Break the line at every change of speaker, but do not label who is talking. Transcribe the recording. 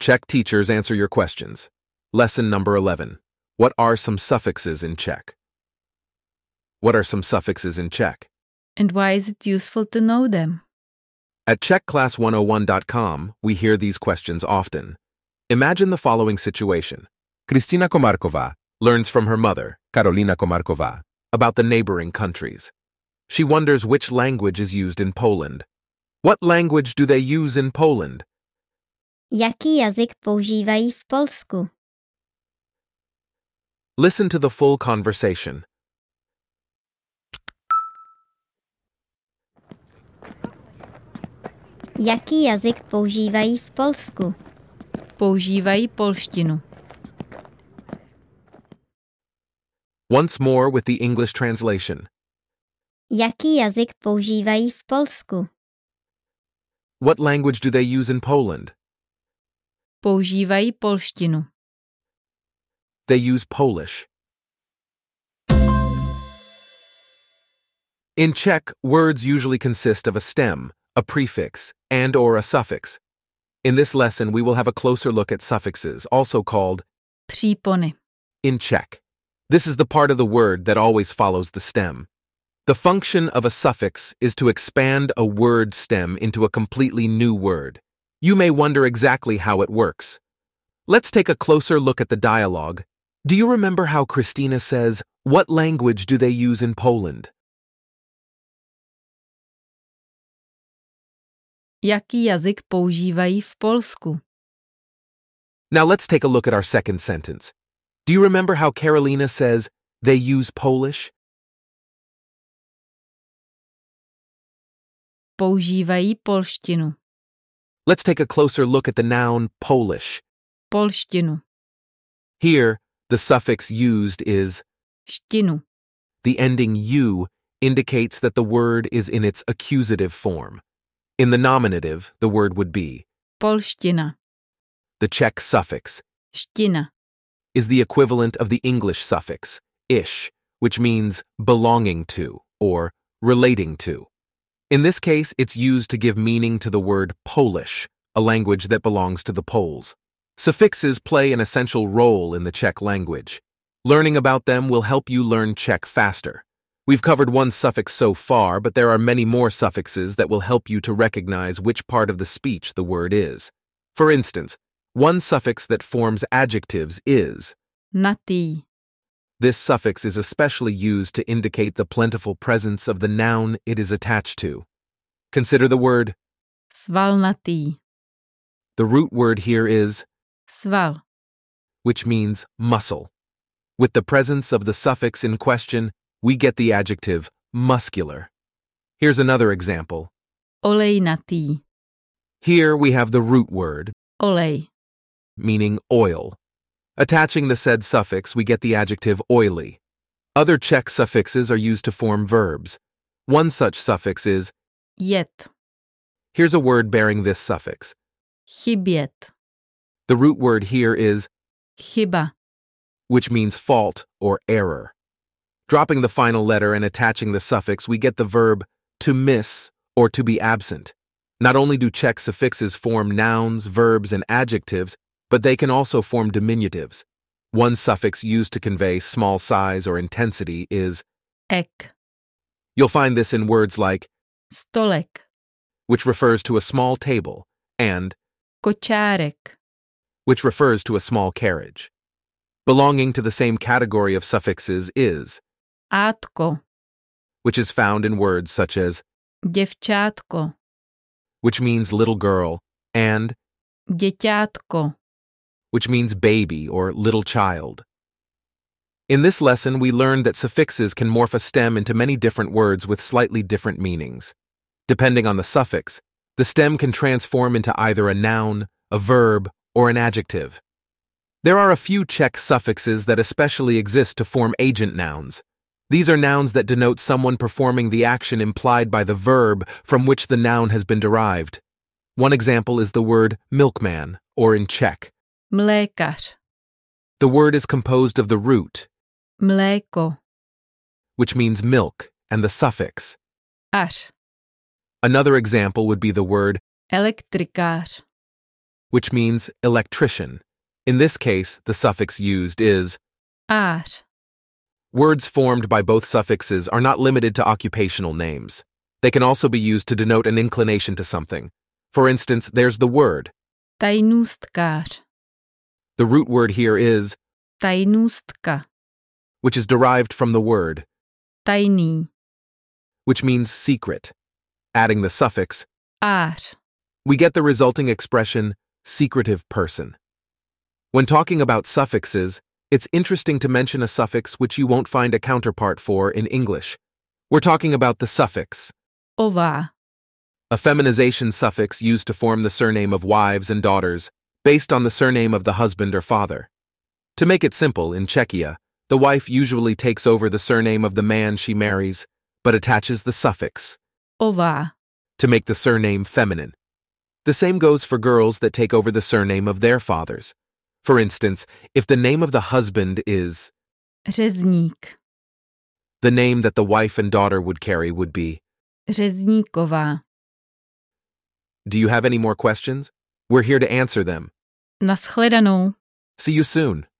Czech teachers answer your questions. Lesson number 11. What are some suffixes in Czech? What are some suffixes in Czech?
And why is it useful to know them?
At CzechClass101.com, we hear these questions often. Imagine the following situation. Kristina Komarkova learns from her mother, Karolina Komarkova, about the neighboring countries. She wonders which language is used in Poland. What language do they use in Poland?
Jaký jazyk používají v Polsku?
Listen to the full conversation.
Jaký jazyk používají v Polsku?
Používají polštinu.
Once more with the English translation.
Jaký jazyk používají v Polsku?
What language do they use in Poland?
Používají polštinu.
They use Polish. In Czech, words usually consist of a stem, a prefix, and or a suffix. In this lesson, we will have a closer look at suffixes, also called
Přípony.
in Czech. This is the part of the word that always follows the stem. The function of a suffix is to expand a word stem into a completely new word. You may wonder exactly how it works. Let's take a closer look at the dialogue. Do you remember how Christina says, What language do they use in Poland?
Jaký jazyk používají v Polsku?
Now let's take a look at our second sentence. Do you remember how Carolina says, They use Polish?
Používají polštinu.
Let's take a closer look at the noun Polish.
Polštinu.
Here, the suffix used is
Štinu.
the ending u indicates that the word is in its accusative form. In the nominative, the word would be.
Polština.
The Czech suffix
Ština.
is the equivalent of the English suffix ish, which means belonging to or relating to. In this case, it's used to give meaning to the word Polish, a language that belongs to the Poles. Suffixes play an essential role in the Czech language. Learning about them will help you learn Czech faster. We've covered one suffix so far, but there are many more suffixes that will help you to recognize which part of the speech the word is. For instance, one suffix that forms adjectives is.
Natý.
This suffix is especially used to indicate the plentiful presence of the noun it is attached to. Consider the word.
Svalnatý.
The root word here is,
Sval.
which means muscle. With the presence of the suffix in question, we get the adjective muscular. Here's another example.
Olejnatý.
Here we have the root word,
Olej.
meaning oil. Attaching the said suffix, we get the adjective oily. Other Czech suffixes are used to form verbs. One such suffix is
Jet.
Here's a word bearing this suffix.
Chybět.
The root word here is,
Chyba.
which means fault or error. Dropping the final letter and attaching the suffix, we get the verb to miss or to be absent. Not only do Czech suffixes form nouns, verbs, and adjectives, but they can also form diminutives. One suffix used to convey small size or intensity is,
Ek.
you'll find this in words like,
Stolek.
which refers to a small table, and
Kočárek.
which refers to a small carriage. Belonging to the same category of suffixes is,
Átko.
which is found in words such as,
Děvčátko.
which means little girl, and,
Děťátko.
which means baby or little child. In this lesson, we learned that suffixes can morph a stem into many different words with slightly different meanings. Depending on the suffix, the stem can transform into either a noun, a verb, or an adjective. There are a few Czech suffixes that especially exist to form agent nouns. These are nouns that denote someone performing the action implied by the verb from which the noun has been derived. One example is the word milkman, or in Czech,
Mlékař.
the word is composed of the root,
Mléko.
which means milk, and the suffix.
Ař.
Another example would be the word
Elektrikář.
which means electrician. In this case, the suffix used is.
ar,
Words formed by both suffixes are not limited to occupational names. They can also be used to denote an inclination to something. For instance, there's the word.
tajnůstkár,
The root word here is,
tajnůstka,
which is derived from the word,
tajný,
which means secret. Adding the suffix,
ar,
we get the resulting expression secretive person. When talking about suffixes, it's interesting to mention a suffix which you won't find a counterpart for in English. We're talking about the suffix,
ová,
a feminization suffix used to form the surname of wives and daughters based on the surname of the husband or father. To make it simple, in Czechia, the wife usually takes over the surname of the man she marries, but attaches the suffix
ová,
to make the surname feminine. The same goes for girls that take over the surname of their fathers. For instance, if the name of the husband is,
řezník,
the name that the wife and daughter would carry would be.
řezníková,
Do you have any more questions? We're here to answer them.
nashledanou.
See you soon.